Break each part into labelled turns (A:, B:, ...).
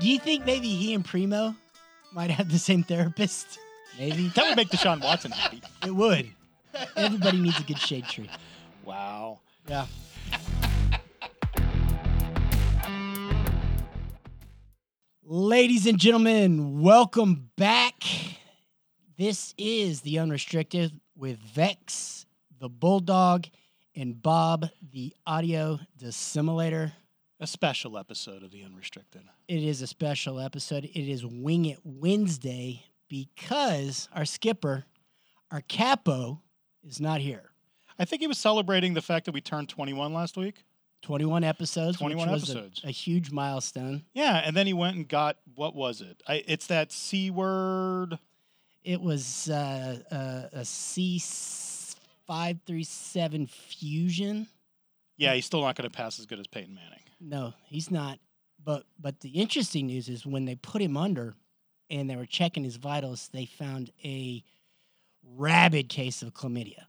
A: you think maybe he and Primo might have the same therapist? Maybe
B: That would make Deshaun Watson happy.
A: it would. Everybody needs a good shade tree.
B: Wow.
A: Yeah. Ladies and gentlemen, welcome back. This is the Unrestricted with Vex, the Bulldog, and Bob, the Audio Dissimulator.
B: A special episode of The Unrestricted.
A: It is a special episode. It is Wing It Wednesday because our skipper, our capo, is not here.
B: I think he was celebrating the fact that we turned 21 last week.
A: 21 episodes,
B: 21
A: which was a-
B: episodes.
A: a huge milestone.
B: Yeah, and then he went and got what was it? I, it's that C word.
A: It was uh, uh, a C five three seven Fusion.
B: Yeah, he's still not going to pass as good as Peyton Manning.
A: No, he's not. But but the interesting news is when they put him under, and they were checking his vitals, they found a rabid case of chlamydia.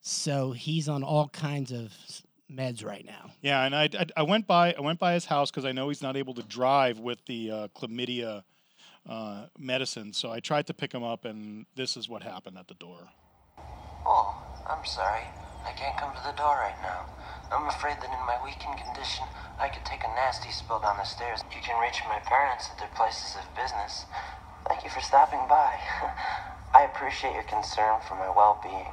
A: So he's on all kinds of s- meds right now.
B: Yeah, and I, I, I went by I went by his house because I know he's not able to drive with the uh, chlamydia uh, medicine. So I tried to pick him up, and this is what happened at the door.
C: Oh, I'm sorry. I can't come to the door right now. I'm afraid that in my weakened condition, I could take a nasty spill down the stairs. You can reach my parents at their places of business. Thank you for stopping by. I appreciate your concern for my well being.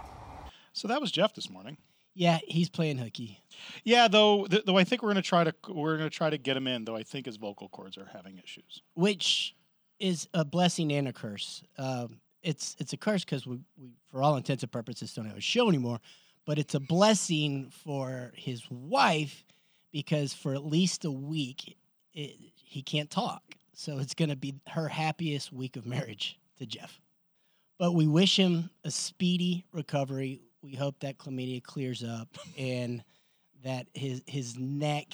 B: So that was Jeff this morning.
A: Yeah, he's playing hooky.
B: Yeah, though th- though I think we're going to try to we're going to try to get him in. Though I think his vocal cords are having issues.
A: which is a blessing and a curse. Um, it's it's a curse because we, we, for all intents and purposes, don't have a show anymore. But it's a blessing for his wife because for at least a week it, he can't talk. So it's going to be her happiest week of marriage to Jeff. But we wish him a speedy recovery. We hope that chlamydia clears up and that his his neck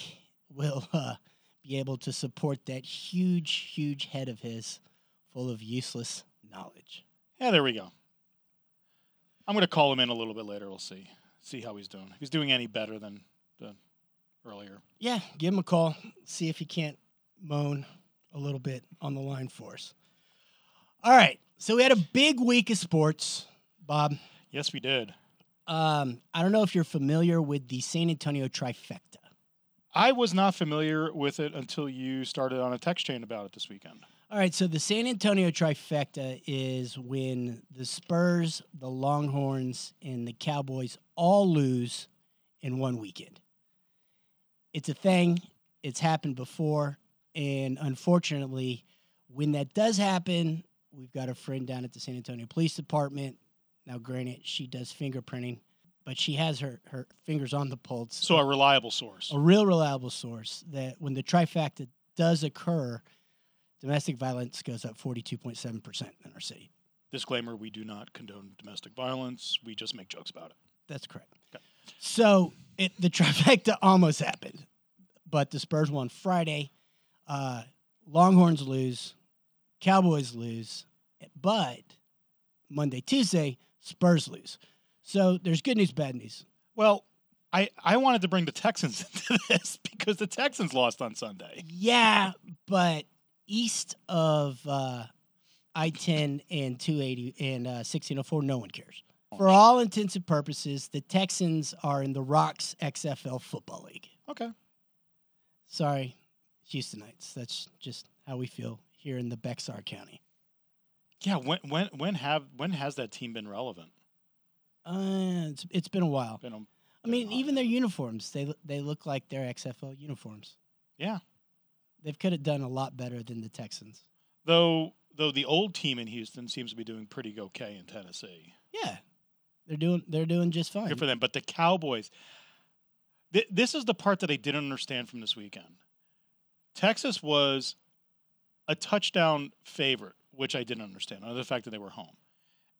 A: will uh, be able to support that huge, huge head of his full of useless knowledge.
B: Yeah, there we go. I'm going to call him in a little bit later. We'll see see how he's doing. If he's doing any better than the earlier.
A: Yeah, give him a call. See if he can't moan a little bit on the line for us. All right. So we had a big week of sports, Bob.
B: Yes, we did.
A: Um, I don't know if you're familiar with the San Antonio trifecta.
B: I was not familiar with it until you started on a text chain about it this weekend.
A: All right, so the San Antonio trifecta is when the Spurs, the Longhorns, and the Cowboys all lose in one weekend. It's a thing, it's happened before, and unfortunately, when that does happen, we've got a friend down at the San Antonio Police Department. Now, granted, she does fingerprinting, but she has her, her fingers on the pulse
B: So a reliable source.
A: a real reliable source that when the trifecta does occur, domestic violence goes up 42.7% in our city.
B: Disclaimer: We do not condone domestic violence. We just make jokes about it.
A: That's correct.
B: Okay.
A: So it, the trifecta almost happened, but the Spurs won Friday. Uh, Longhorns lose, Cowboys lose, but Monday, Tuesday, Spurs lose. So there's good news, bad news.
B: Well, I I wanted to bring the Texans into this because the Texans lost on Sunday.
A: Yeah, but east of uh, I 10 and 280 and uh, 1604, no one cares.
B: Oh,
A: For all intents and purposes, the Texans are in the Rocks XFL Football League.
B: Okay.
A: Sorry, Houstonites. That's just how we feel here in the Bexar County.
B: Yeah. When when when have when has that team been relevant?
A: Uh, it's, it's been a while.
B: Been a-
A: I mean,
B: hot.
A: even their uniforms, they, lo- they look like their XFL uniforms.
B: yeah.
A: They could have done a lot better than the Texans.
B: though though the old team in Houston seems to be doing pretty okay in Tennessee.
A: Yeah, they're doing, they're doing just fine.
B: Good for them. But the Cowboys, th- this is the part that I didn't understand from this weekend. Texas was a touchdown favorite, which I didn't understand, other than the fact that they were home.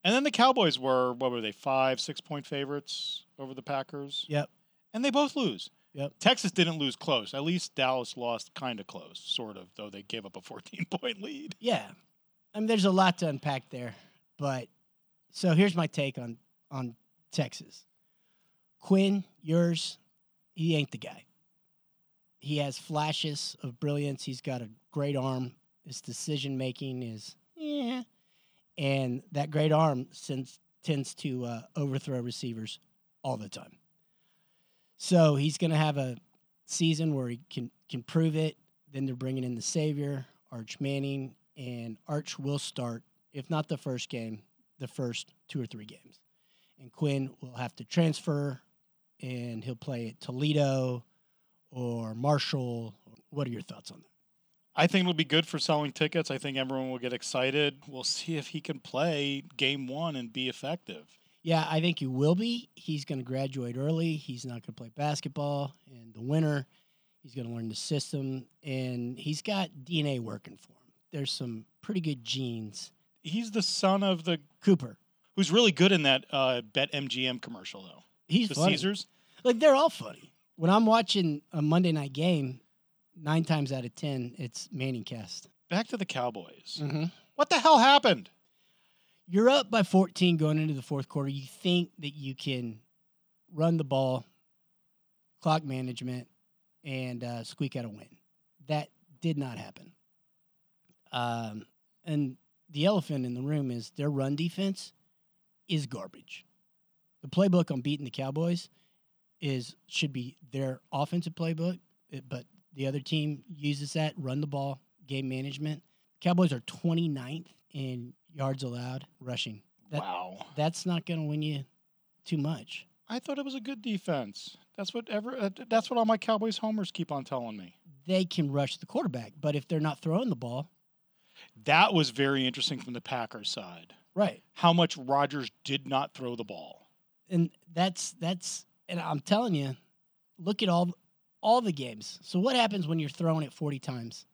B: And then the Cowboys were, what were they, five, six point favorites over the Packers?
A: Yep.
B: And they both lose.
A: Yep.
B: Texas didn't lose close. At least Dallas lost kind of close, sort of, though they gave up a 14 point lead.
A: Yeah. I mean, there's a lot to unpack there, but so here's my take on on Texas. Quinn, yours, he ain't the guy. He has flashes of brilliance. He's got a great arm. His decision making is yeah, and that great arm since tends to uh, overthrow receivers all the time. So he's going to have a season where he can can prove it. Then they're bringing in the savior, Arch Manning, and Arch will start if not the first game, the first two or three games. And Quinn will have to transfer, and he'll play at Toledo or Marshall. What are your thoughts on that?
B: I think it'll be good for selling tickets. I think everyone will get excited. We'll see if he can play game one and be effective.
A: Yeah, I think he will be. He's going to graduate early. He's not going to play basketball in the winter. He's going to learn the system, and he's got DNA working for him. There's some pretty good genes.
B: He's the son of the
A: Cooper,
B: who's really good in that uh, Bet MGM commercial though.
A: he's
B: the
A: funny.
B: Caesars.
A: Like they're all funny. When I'm watching a Monday night game, nine times out of ten, it's Manning Cast.
B: Back to the Cowboys.
A: Mm-hmm.
B: What the hell happened?
A: You're up by 14 going into the fourth quarter. You think that you can run the ball, clock management, and uh, squeak out a win. That did not happen. Um, and the elephant in the room is their run defense is garbage. The playbook on beating the Cowboys is should be their offensive playbook, it- but the other team uses that run the ball, game management. Cowboys are 29th in yards allowed rushing. That-
B: wow.
A: That's not going to win you too much.
B: I thought it was a good defense. That's what ever. uh, That's what all my Cowboys homers keep on telling me.
A: They can rush the quarterback, but if they're not throwing the ball,
B: That was very interesting from the Packers side.
A: right.
B: How much Rodgers did not throw the ball.
A: and that's that's and I'm telling you, look at all all the games. So what happens when you're throwing it 40 times?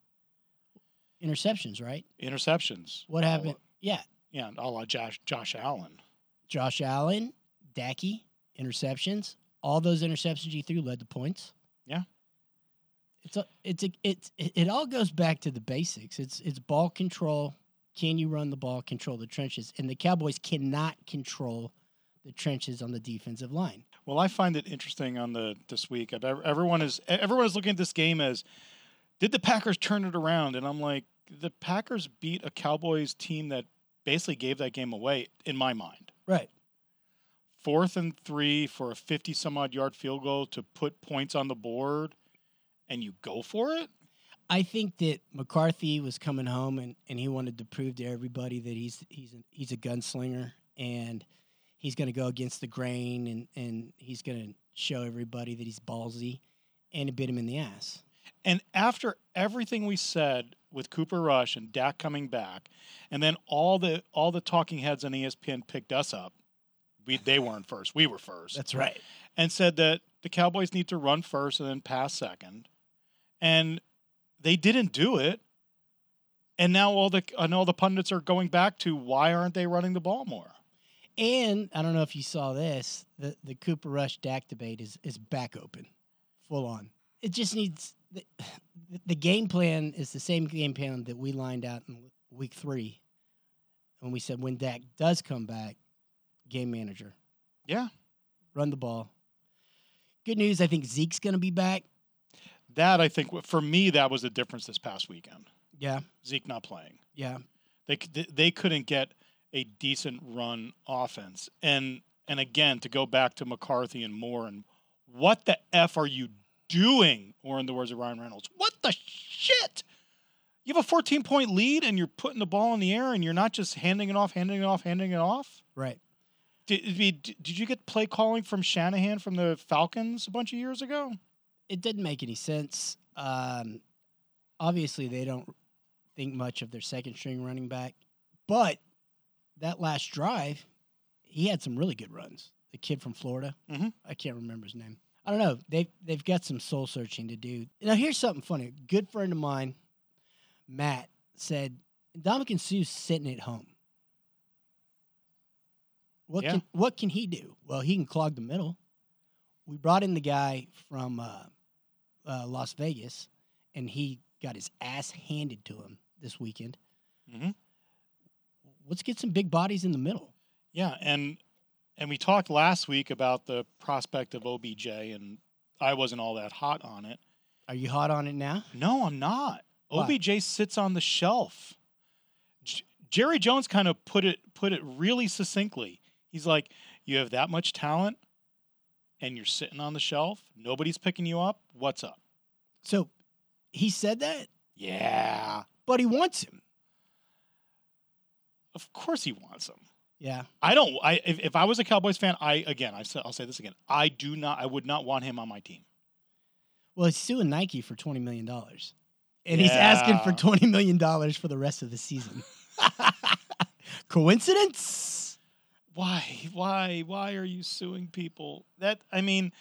A: Interceptions, right?
B: Interceptions.
A: What
B: All-
A: happened? Yeah,
B: Yeah, a la Josh Josh Allen.
A: Josh Allen, Dackey, interceptions. All those interceptions you threw led to points.
B: Yeah.
A: It's a, it's a, it's it, it all goes back to the basics. It's it's ball control. Can you run the ball? Control the trenches, and the Cowboys cannot control the trenches on the defensive line.
B: Well, I find it interesting on the this week. I've- ev- Everyone is everyone is looking at this game as did the Packers turn it around? And I'm like, the Packers beat a Cowboys team that basically gave that game away in my mind.
A: Right.
B: Fourth and three for a 50 some odd yard field goal to put points on the board and you go for it?
A: I think that McCarthy was coming home and, and he wanted to prove to everybody that he's he's a, he's a gunslinger and he's going to go against the grain and, and he's going to show everybody that he's ballsy and it bit him in the ass.
B: And after everything we said with Cooper Rush and Dak coming back, and then all the all the talking heads on E ESPN picked us up. We they weren't first. We were first.
A: right.
B: and said that the Cowboys need to run first and then pass second, and they didn't do it. And now all the and all the pundits are going back to why aren't they running the ball more?
A: And I don't know if you saw this, the the Cooper Rush Dak debate is is back open, full on. It just needs the, the game plan is the same game plan that we lined out in week three, when we said when Dak does come back, game manager,
B: Yeah,
A: run the ball. Good news, I think Zeke's going to be back.
B: that I think for me that was the difference this past weekend.
A: Yeah,
B: Zeke not playing,
A: yeah,
B: they c- they couldn't get a decent run offense, and and again to go back to McCarthy and Moore and what the f are you doing? Or in the words of Ryan Reynolds, what the shit? You have a 14 point lead and you're putting the ball in the air and you're not just handing it off, handing it off, handing it off.
A: right.
B: Did, I mean, d- did you get play calling from Shanahan from the Falcons a bunch of years ago?
A: It didn't make any sense. Um, obviously, they don't think much of their second string running back, but that last drive, he had some really good runs. The kid from Florida,
B: Mhm.
A: I can't remember his name. I don't know. They they've got some soul searching to do. Now here's something funny. A good friend of mine, Matt, said Dominican Sue's sitting at home. What
B: Yeah.
A: can what can he do? Well, he can clog the middle. We brought in the guy from uh, uh, Las Vegas, and he got his ass handed to him this weekend.
B: Mm-hmm.
A: Let's get some big bodies in the middle.
B: Yeah, and and we talked last week about the prospect of OBJ, and I wasn't all that hot on it.
A: Are you hot on it now?
B: No, I'm not.
A: Why?
B: OBJ sits on the shelf. J- Jerry Jones kind of put it put it really succinctly. He's like, "You have that much talent, and you're sitting on the shelf. Nobody's picking you up. What's up?"
A: So he said that,
B: Yeah,
A: but he wants him.
B: of course he wants him.
A: Yeah.
B: I don't. I if, if I was a Cowboys fan, I again, I, will say this again. I do not. I would not want him on my team.
A: Well, he's suing Nike for $20 million. And he's asking for
B: Yeah.
A: $20 million for the rest of the season. Coincidence?
B: Why? Why? Why are you suing people? That I mean,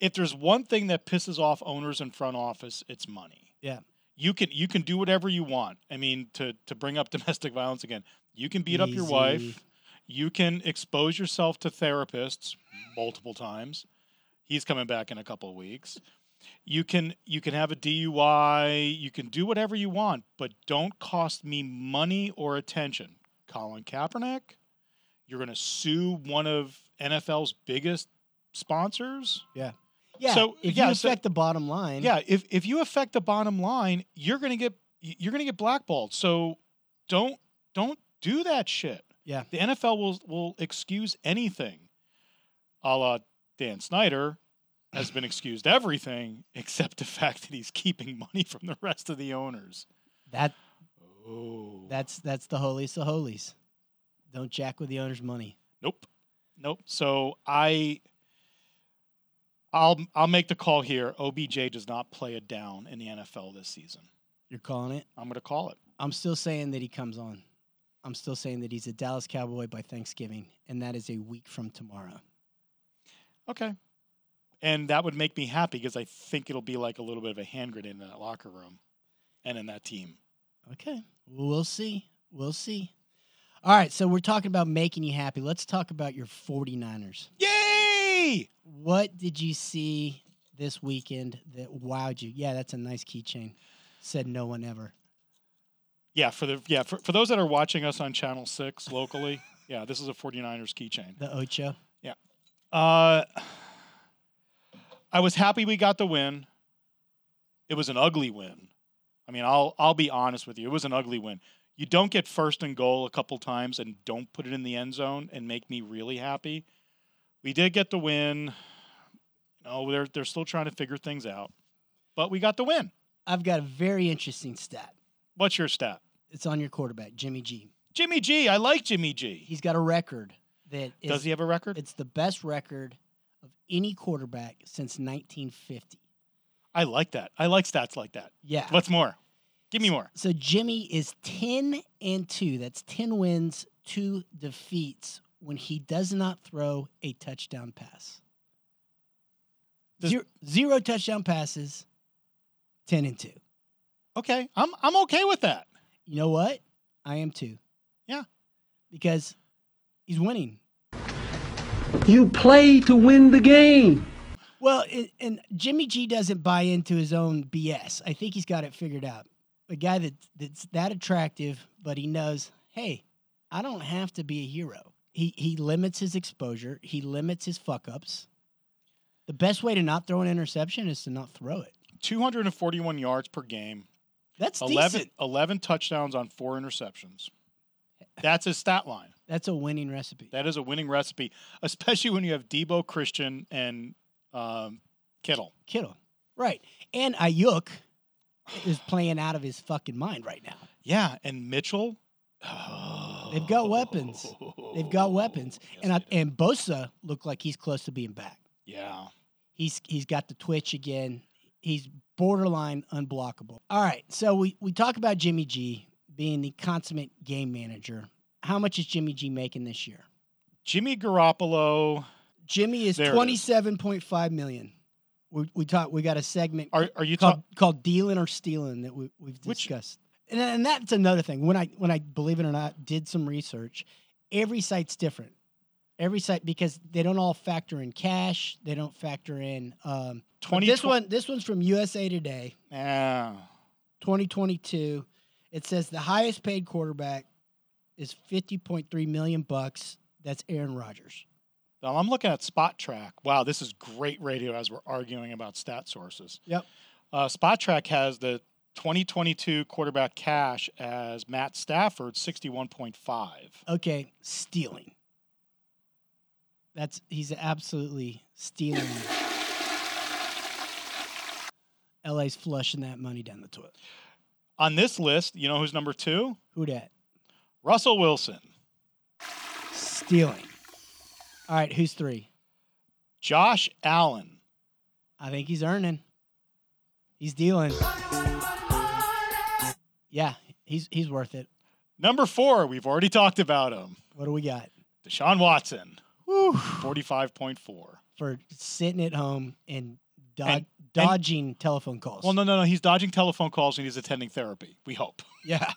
B: if there's one thing that pisses off owners and front office, it's money.
A: Yeah.
B: You can you can do whatever you want. I mean, to to bring up domestic violence again, you can beat up your
A: Easy.
B: wife. You can expose yourself to therapists multiple times. He's coming back in a couple of weeks. You can you can have a DUI, you can do whatever you want, but don't cost me money or attention. Colin Kaepernick, you're going to sue one of NFL's biggest sponsors?
A: Yeah.
B: So,
A: if
B: yeah,
A: you
B: so-
A: affect the bottom line,
B: Yeah, if if you affect the bottom line, you're going to get you're going to get blackballed. So don't don't do that shit.
A: Yeah.
B: The NFL will will excuse anything. A la Dan Snyder has been excused everything except the fact that he's keeping money from the rest of the owners.
A: that
B: Oh.
A: that's that's the holiest of holies. Don't jack with the owner's money.
B: Nope. Nope. So I I'll I'll make the call here. OBJ does not play a down in the NFL this season.
A: You're calling it.
B: I'm going to call it.
A: I'm still saying that he comes on. I'm still saying that he's a Dallas Cowboy by Thanksgiving, and that is a week from tomorrow.
B: Okay. And that would make me happy because I think it'll be like a little bit of a hand grenade in that locker room and in that team.
A: Okay. We'll see. We'll see. All right. So we're talking about making you happy. Let's talk about your 49ers.
B: Yay!
A: What did you see this weekend that wowed you? Yeah, that's a nice keychain. Said no one ever.
B: Yeah, for the yeah, for, for those that are watching us on channel 6 locally, yeah, this is a 49ers keychain.
A: The Ocho.
B: Uh I was happy we got the win. It was an ugly win. I mean, I'll I'll be honest with you. It was an ugly win. You don't get first and goal a couple times and don't put it in the end zone and make me really happy. We did get the win. No, they're they're still trying to figure things out. But we got the win.
A: I've got a very interesting stat.
B: What's your stat?
A: It's on your quarterback, Jimmy G.
B: Jimmy G. I like Jimmy G.
A: He's got a record that is
B: Does he have a record?
A: it's the best record of any quarterback since 1950.
B: I like that. I like stats like that.
A: Yeah.
B: What's more? Give me more.
A: So Jimmy is 10 and 2. That's 10 wins, 2 defeats when he does not throw a touchdown pass.
B: Does-
A: zero, zero touchdown passes, 10 and 2.
B: Okay. I'm I'm okay with that.
A: You know what? I am too.
B: Yeah.
A: Because he's winning.
D: You play to win the game.
A: Well, and, and Jimmy G doesn't buy into his own BS. I think he's got it figured out. A guy that that's that attractive, but he knows, hey, I don't have to be a hero. He he limits his exposure. He limits his fuck ups. The best way to not throw an interception is to not throw it.
B: 241 yards per game,
A: That's
B: 11,
A: decent.
B: 11 touchdowns on four interceptions. That's his stat line.
A: That's a winning recipe.
B: That is a winning recipe, especially when you have Debo, Christian, and um, Kittle.
A: Kittle, right? And Ayuk is playing out of his fucking mind right now.
B: Yeah, and Mitchell.
A: They've got weapons. They've got weapons,
B: Oh, Yes,
A: and I,
B: they do.
A: and Bosa looked like he's close to being back.
B: yeah,
A: He's he's got the twitch again. He's borderline unblockable. All right, so we we talk about Jimmy G being the consummate game manager. How much is Jimmy G making this year?
B: Jimmy Garoppolo.
A: Jimmy is
B: There it is.
A: twenty seven point five million. We we talk we got a segment
B: Are are you
A: called
B: talking?
A: called dealing or stealing that we, we've
B: Which-
A: discussed. And, and that's another thing. When I when I believe it or not did some research, every site's different. Every site because they don't all factor in cash. They don't factor in um, but
B: 20
A: This one this one's from USA Today,
B: Yeah.
A: 2022. It says the highest paid quarterback is 50.3 million bucks. That's Aaron Rodgers.
B: Now Um, I'm looking at Spot Track. Wow, this is great radio as we're arguing about stat sources.
A: Yep.
B: Uh, Spot Track has the 2022 quarterback cash as Matt Stafford, 61.5.
A: Okay, stealing. That's he's absolutely stealing. LA's flushing that money down the toilet.
B: On this list, you know who's number two?
A: Who dat?
B: Russell Wilson,
A: Stealing. All right, who's three?
B: Josh Allen,
A: I think he's earning. He's dealing. Yeah, he's he's worth it.
B: number four. We've already talked about him.
A: What do we got?
B: Deshaun Watson,
A: Woo.
B: 45.4.
A: For sitting at home and, dod-
B: And-
A: dodging telephone calls.
B: Well, no, no, no. He's dodging telephone calls and he's attending therapy. We hope.
A: Yeah.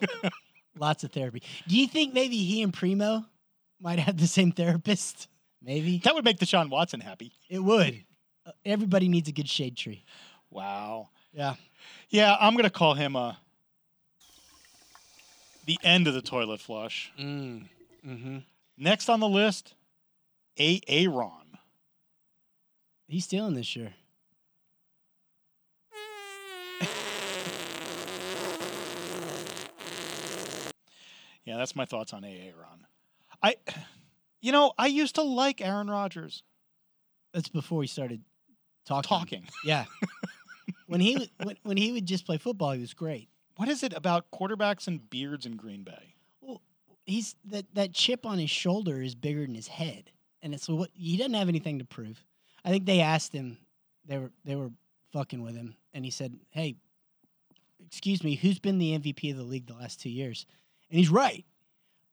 A: Lots of therapy. Do you think maybe he and Primo might have the same therapist? Maybe.
B: That would make Deshaun Watson happy.
A: It would. Uh, Everybody needs a good shade tree.
B: Wow.
A: Yeah.
B: Yeah, I'm gonna call him uh the end of the toilet flush.
A: Mm. hmm
B: Next on the list, A. Aaron.
A: He's stealing this year.
B: Yeah, that's my thoughts on A. Aaron. I, you know, I used to like Aaron Rodgers
A: That's before he started talking.
B: talking.
A: Yeah. when he w- when, when he would just play football, he was great.
B: What is it about quarterbacks and beards in Green Bay?
A: Well, he's that that chip on his shoulder is bigger than his head, and it's what he doesn't have anything to prove. I think they asked him, they were they were fucking with him, and he said, "Hey, excuse me, who's been the MVP of the league the last two years?" And he's right,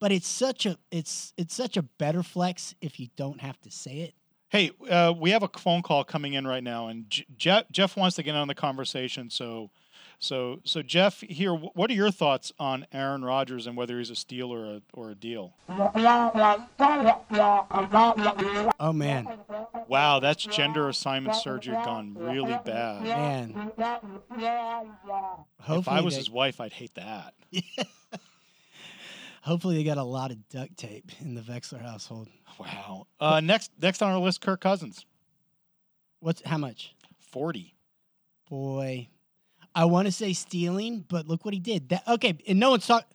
A: but it's such a it's it's such a better flex if you don't have to say it.
B: Hey, uh, we have a phone call coming in right now, and J- Jeff Jeff wants to get on the conversation. So, so, so Jeff, here, wh- what are your thoughts on Aaron Rodgers and whether he's a steal or a or a deal?
A: Oh man,
B: Wow, that's gender assignment surgery gone really bad.
A: man. Hopefully,
B: If I was
A: they,
B: his wife, I'd hate that.
A: hopefully they got a lot of duct tape in the Vexler household.
B: Wow. Uh, next, next on our list, Kirk Cousins,
A: What's how much?
B: forty.
A: Boy, I want to say stealing, but look what he did. That okay, and no one's talking.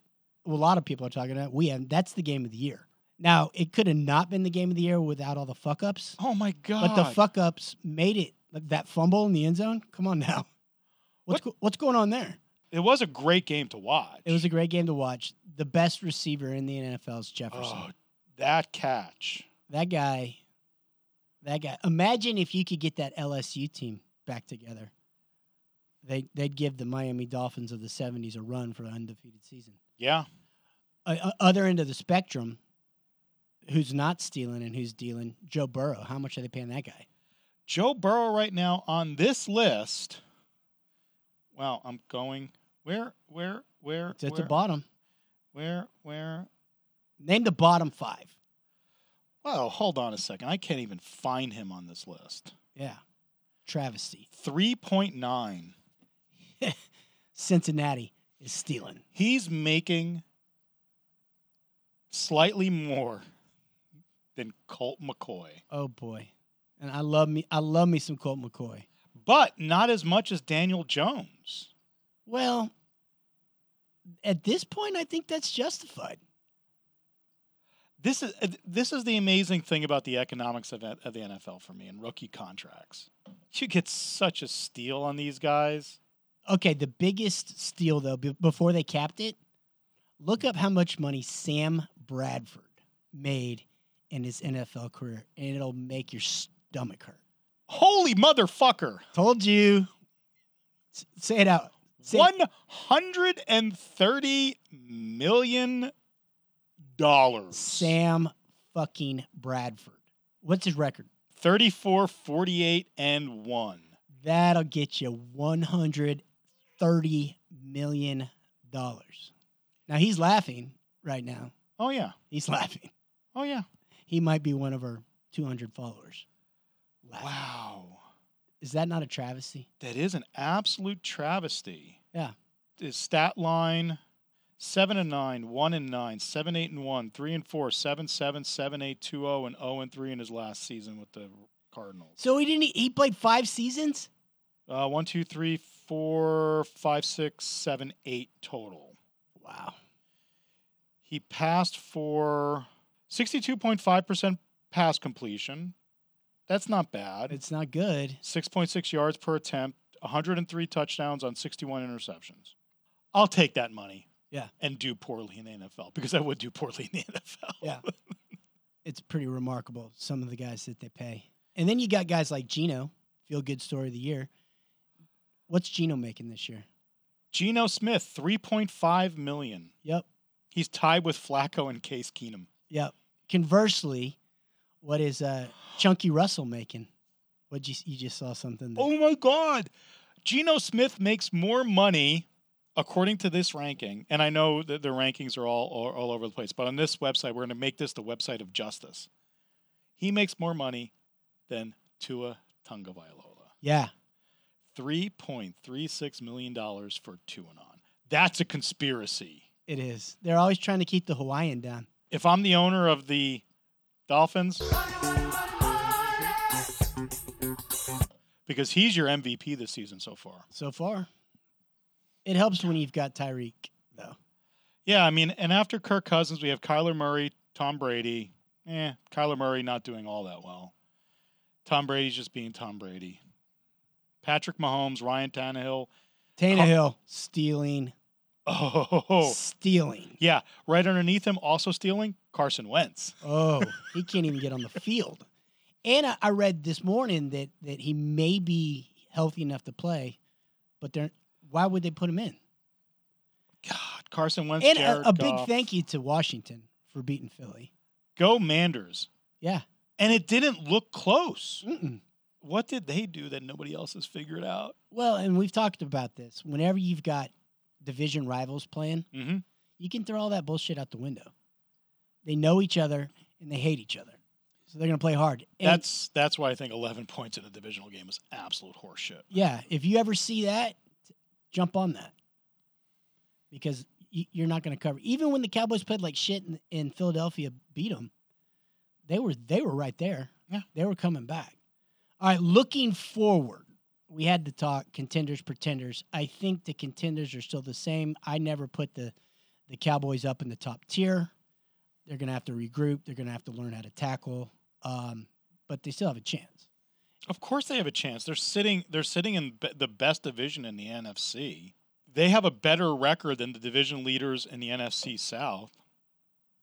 A: Well, a lot of people are talking about. it. We have that's the game of the year. Now it could have not been the game of the year without all the fuck ups,
B: Oh my god.
A: but the fuck ups made it. Like that fumble in the end zone. Come on now, what's go- what's going on there?
B: It was a great game to watch.
A: It was a great game to watch. The best receiver in the NFL is Jefferson.
B: Oh, that catch.
A: That guy, that guy. Imagine if you could get that LSU team back together. They they'd give the Miami Dolphins of the '70s a run for an undefeated season.
B: Yeah.
A: Uh, uh, other end of the spectrum, who's not stealing and who's dealing? Joe Burrow. How much are they paying that guy?
B: Joe Burrow right now on this list. Wow, I'm going where where where
A: It's at
B: where,
A: the bottom.
B: where where
A: Name the bottom five.
B: Well, hold on a second. I can't even find him on this list.
A: Yeah, travesty.
B: 3.9.
A: Cincinnati is stealing.
B: He's making slightly more than Colt McCoy,
A: Oh boy, and I love me. I love me some Colt McCoy.
B: but not as much as Daniel Jones.
A: Well, at this point, I think that's justified.
B: This is uh, this is the amazing thing about the economics of, of the NFL for me and rookie contracts. You get such a steal on these guys.
A: Okay, the biggest steal though, be- before they capped it, look up how much money Sam Bradford made in his NFL career, and it'll make your stomach hurt.
B: Holy motherfucker!
A: Told you. S- say it out. Say it.
B: One hundred and thirty million dollars.
A: Sam fucking Bradford. What's his record?
B: 34, 48, and one.
A: That'll get you one hundred thirty million dollars. Now he's laughing right now.
B: Oh yeah.
A: He's laughing.
B: Oh yeah.
A: He might be one of our two hundred followers. Laughing.
B: Wow.
A: Is that not a travesty?
B: That is an absolute travesty.
A: Yeah.
B: His stat line seven and nine, one and nine, seven, eight and one, three and four, seven, seven, seven, eight, two, oh, and oh and three in his last season with the Cardinals.
A: So he didn't. He played five seasons.
B: Uh, one, two, three, four, five, six, seven, eight total.
A: Wow.
B: He passed for 62.5% pass completion. That's not bad.
A: It's not good.
B: 6.6 yards per attempt, 103 touchdowns on 61 interceptions. I'll take that money.
A: Yeah.
B: And do poorly in the NFL because I would do poorly in the NFL.
A: Yeah. It's pretty remarkable, some of the guys that they pay. And then you got guys like Gino, feel good story of the year. What's Gino making this year?
B: Geno Smith, 3.5 million.
A: Yep.
B: He's tied with Flacco and Case Keenum.
A: Yep. Conversely, what is uh, Chunky Russell making? What you you just saw something? That,
B: Oh my God. Geno Smith makes more money according to this ranking. And I know that the rankings are all, all, all over the place, but on this website, we're going to make this the website of justice. He makes more money than Tua Tungavailoa.
A: Yeah.
B: $3.36 million for Tuanon. That's a conspiracy.
A: It is. They're always trying to keep the Hawaiian down.
B: If I'm the owner of the Dolphins, because he's your MVP this season so far.
A: So far, it helps when you've got Tyreek though.
B: Yeah, I mean, and after Kirk Cousins, we have Kyler Murray, Tom Brady. Eh, Kyler Murray not doing all that well. Tom Brady's just being Tom Brady. Patrick Mahomes, Ryan Tannehill.
A: Tannehill stealing,
B: Oh,
A: stealing.
B: yeah. Right underneath him, also stealing, Carson Wentz.
A: Oh, he can't even get on the field. And I, I read this morning that that he may be healthy enough to play, but they're why would they put him in?
B: God, Carson Wentz.
A: And
B: Jared
A: a, a big
B: Goff.
A: thank you to Washington for beating Philly.
B: Go Manders.
A: Yeah.
B: And it didn't look close.
A: Mm-mm.
B: What did they do that nobody else has figured out?
A: Well, and we've talked about this. Whenever you've got division rivals playing,
B: Mm-hmm.
A: you can throw all that bullshit out the window. They know each other and they hate each other. So they're going to play hard. And
B: That's that's why I think 11 points in a divisional game is absolute horseshit.
A: yeah, if you ever see that, jump on that. Because y- you're not going to cover. Even when the Cowboys played like shit and, and Philadelphia beat them, they were they were right there.
B: Yeah.
A: They were coming back. All right, looking forward, we had to talk contenders, pretenders. I think the contenders are still the same. I never put the the Cowboys up in the top tier. They're going to have to regroup. They're going to have to learn how to tackle, um, but they still have a chance.
B: Of course they have a chance. They're sitting they're sitting in be- the best division in the NFC. They have a better record than the division leaders in the NFC South,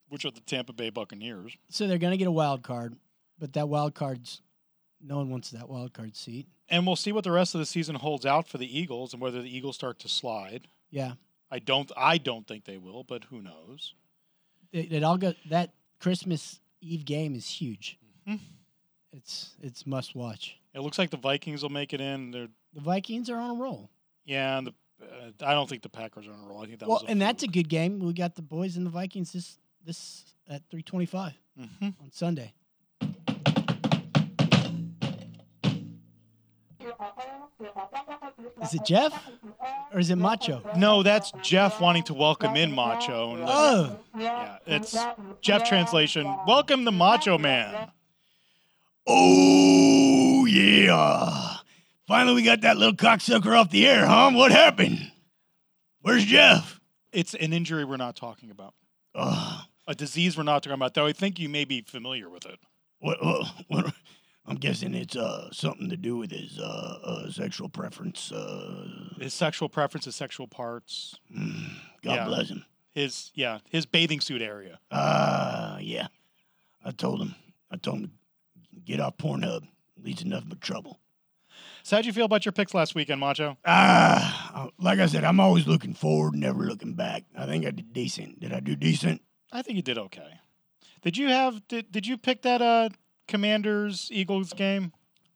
B: which are the Tampa Bay Buccaneers.
A: So they're going to get a wild card, but that wild card's no one wants that wild card seat.
B: And we'll see what the rest of the season holds out for the Eagles and whether the Eagles start to slide.
A: Yeah,
B: I don't I don't think they will, but who knows.
A: it, it all go that Christmas Eve game is huge.
B: Mhm.
A: It's it's must watch.
B: It looks like the Vikings will make it in. They're
A: The Vikings are on a roll.
B: yeah, and the uh, I don't think the Packers are on a roll. I think that
A: well,
B: was a
A: and that's a
B: fluke.
A: good game. We got the boys and the Vikings this this at three twenty five
B: Mhm.
A: on Sunday. Is it Jeff or is it Macho?
B: No, that's Jeff wanting to welcome in Macho. And
A: Oh,
B: yeah, it's Jeff translation. Welcome the Macho Man.
A: Oh yeah! Finally, we got that little cocksucker off the air, huh? What happened? Where's Jeff?
B: It's an injury we're not talking about.
A: Oh,
B: A disease we're not talking about, though I think you may be familiar with it.
A: what, what, what- I'm guessing it's uh something to do with his uh, uh sexual preference. Uh,
B: His sexual preferences, sexual parts,
A: mm, God
B: Yeah.
A: bless him.
B: his yeah, his bathing suit area.
A: Uh yeah. I told him. I told him to get off Pornhub. Leads to nothing but trouble.
B: So how'd you feel about your picks last weekend, Macho?
A: Ah, like I said, I'm always looking forward, never looking back. I think I did decent. Did I do decent?
B: I think you did okay. Did you have did, did you pick that uh Commanders Eagles game?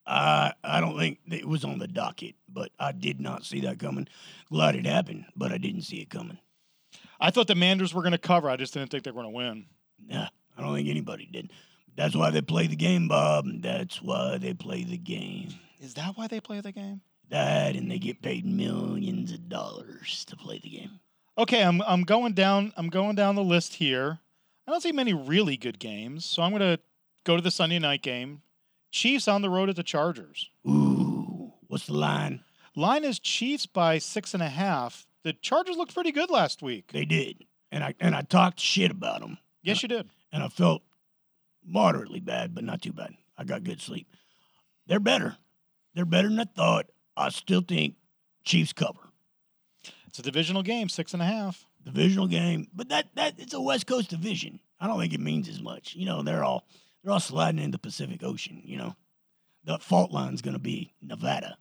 A: I I don't think that it was on the docket, but I did not see that coming. Glad it happened, but I didn't see it coming.
B: I thought the Manders were gonna cover. I just didn't think they were gonna win.
A: Nah, I don't think anybody did. That's why they play the game, Bob. That's why they play the game.
B: Is that why they play the game?
A: That and they get paid millions of dollars to play the game.
B: Okay, I'm I'm going down I'm going down the list here. I don't see many really good games, so I'm gonna go to the Sunday night game. Chiefs on the road at the Chargers.
A: Ooh, what's the line?
B: Line is Chiefs by six and a half. The Chargers looked pretty good last week.
E: They did, and I and I talked shit about them,
B: Yes, you did.
E: and I felt moderately bad, but not too bad. I got good sleep. They're better. They're better than I thought. I still think Chiefs cover
B: It's a divisional game, six and a half.
E: divisional game, but that that it's a West Coast division. I don't think it means as much. You know, they're all they're all sliding into the Pacific Ocean. You know, the fault line's going to be Nevada,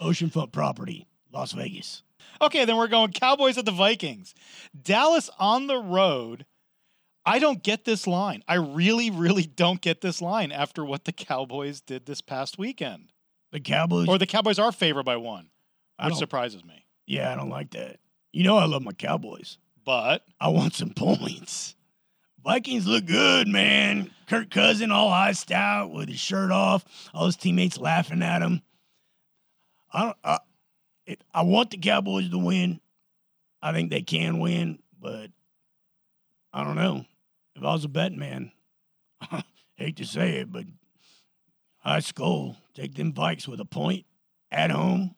E: oceanfront property, Las Vegas.
B: Okay, then we're going Cowboys at the Vikings. Dallas on the road. I don't get this line. I really, really don't get this line after what the Cowboys did this past weekend.
E: The Cowboys.
B: Or the Cowboys are favored by one,
E: I
B: which
E: don't-
B: surprises me.
E: yeah, I don't like that. You know, I love my Cowboys.
B: But
E: I want some points. Vikings look good, man. Kirk Cousin all iced out with his shirt off, all his teammates laughing at him. I don't. I, it, I want the Cowboys to win. I think they can win, but I don't know. If I was a betting man, hate to say it, but high skull take them Vikes with a point at home.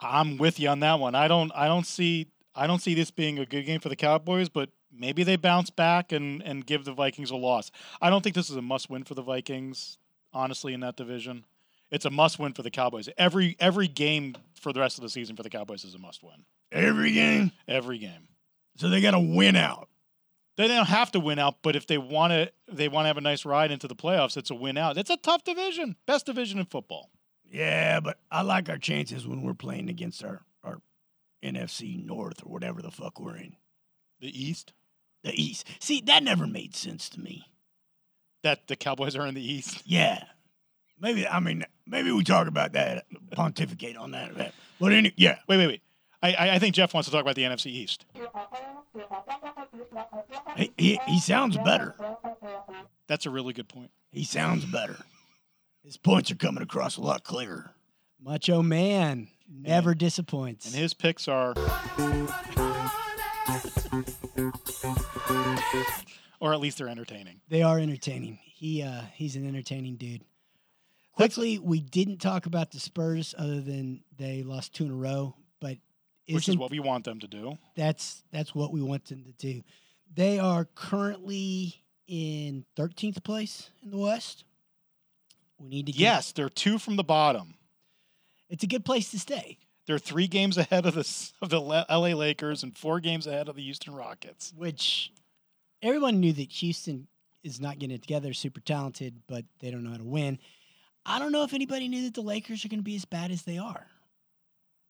B: I'm with you on that one. I don't I don't see I don't see this being a good game for the Cowboys, but maybe they bounce back and and give the Vikings a loss. I don't think this is a must win for the Vikings, honestly, in that division. It's a must win for the Cowboys. Every every game for the rest of the season for the Cowboys is a must win.
E: Every game,
B: Every game.
E: so they got to win out.
B: They don't have to win out, but if they want to they want to have a nice ride into the playoffs, it's a win out. It's a tough division. Best division in football.
E: Yeah, but I like our chances when we're playing against our, our NFC North or whatever the fuck we're in.
B: The East?
E: The East. See, that never made sense to me.
B: That the Cowboys are in the East.
E: Yeah. Maybe, I mean, maybe we talk about that, pontificate on that. or that. But any, yeah.
B: Wait, wait, wait. I, I I think Jeff wants to talk about the NFC East.
E: He, he, he sounds better.
B: That's a really good point.
E: He sounds better. His points are coming across a lot clearer.
A: Macho Man never disappoints.
B: And his picks are. Or at least they're entertaining.
A: they are entertaining. He uh, he's an entertaining dude. Quickly, we didn't talk about the Spurs other than they lost two in a row, but
B: Which is
A: isn't
B: what we want them to do.
A: that's that's what we want them to do. They are currently in 13th place in the West. We need to get
B: Yes, they're two from the bottom.
A: It's a good place to stay,
B: They're three games ahead of the s- of the Le- LA Lakers and four games ahead of the Houston Rockets.
A: which everyone knew that Houston is not getting it together, super talented, but they don't know how to win. I don't know if anybody knew that the Lakers are going to be as bad as they are.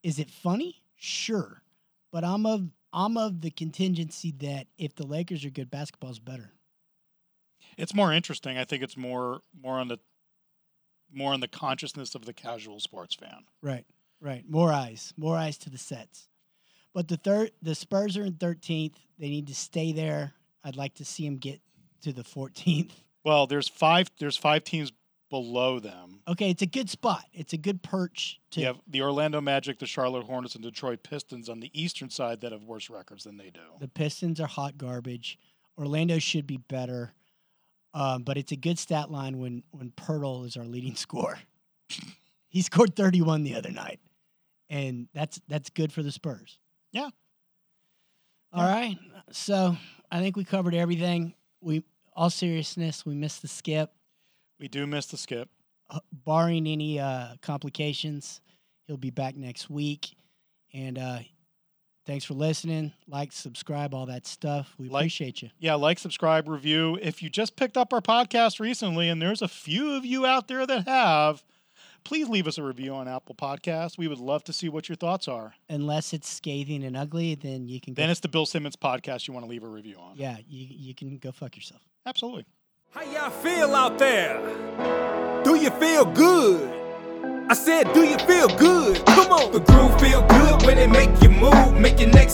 A: Is it funny? Sure. But I'm of I'm of the contingency that if the Lakers are good, basketball's better.
B: It's more interesting. I think it's more more on the more on the consciousness of the casual sports fan.
A: Right, right. More eyes, more eyes to the sets. But the third, the Spurs are in thirteenth. They need to stay there. I'd like to see them get to the fourteenth.
B: Well, there's five there's five teams below them.
A: Okay, it's a good spot. It's a good perch to.
B: You have the Orlando Magic, the Charlotte Hornets, and Detroit Pistons on the eastern side that have worse records than they do.
A: The Pistons are hot garbage. Orlando should be better, um, but it's a good stat line when when Pirtle is our leading scorer. he scored thirty one the other night, and that's that's good for the Spurs.
B: Yeah.
A: All right. So I think we covered everything. We all seriousness, we missed the skip.
B: We do miss the skip.
A: Uh, barring any uh, complications, he'll be back next week. And uh, thanks for listening. Like, subscribe, all that stuff. We
B: Like-
A: appreciate you.
B: Yeah, like, subscribe, review. If you just picked up our podcast recently, and there's a few of you out there that have, please leave us a review on Apple Podcasts. We would love to see what your thoughts are.
A: unless it's scathing and ugly, then you can go.
B: Then it's the Bill Simmons podcast you want to leave a review on.
A: yeah, you, you can go fuck yourself.
B: Absolutely.
F: How y'all feel out there? Do you feel good? I said, do you feel good? Come on. The groove feel good when it make you move, make your neck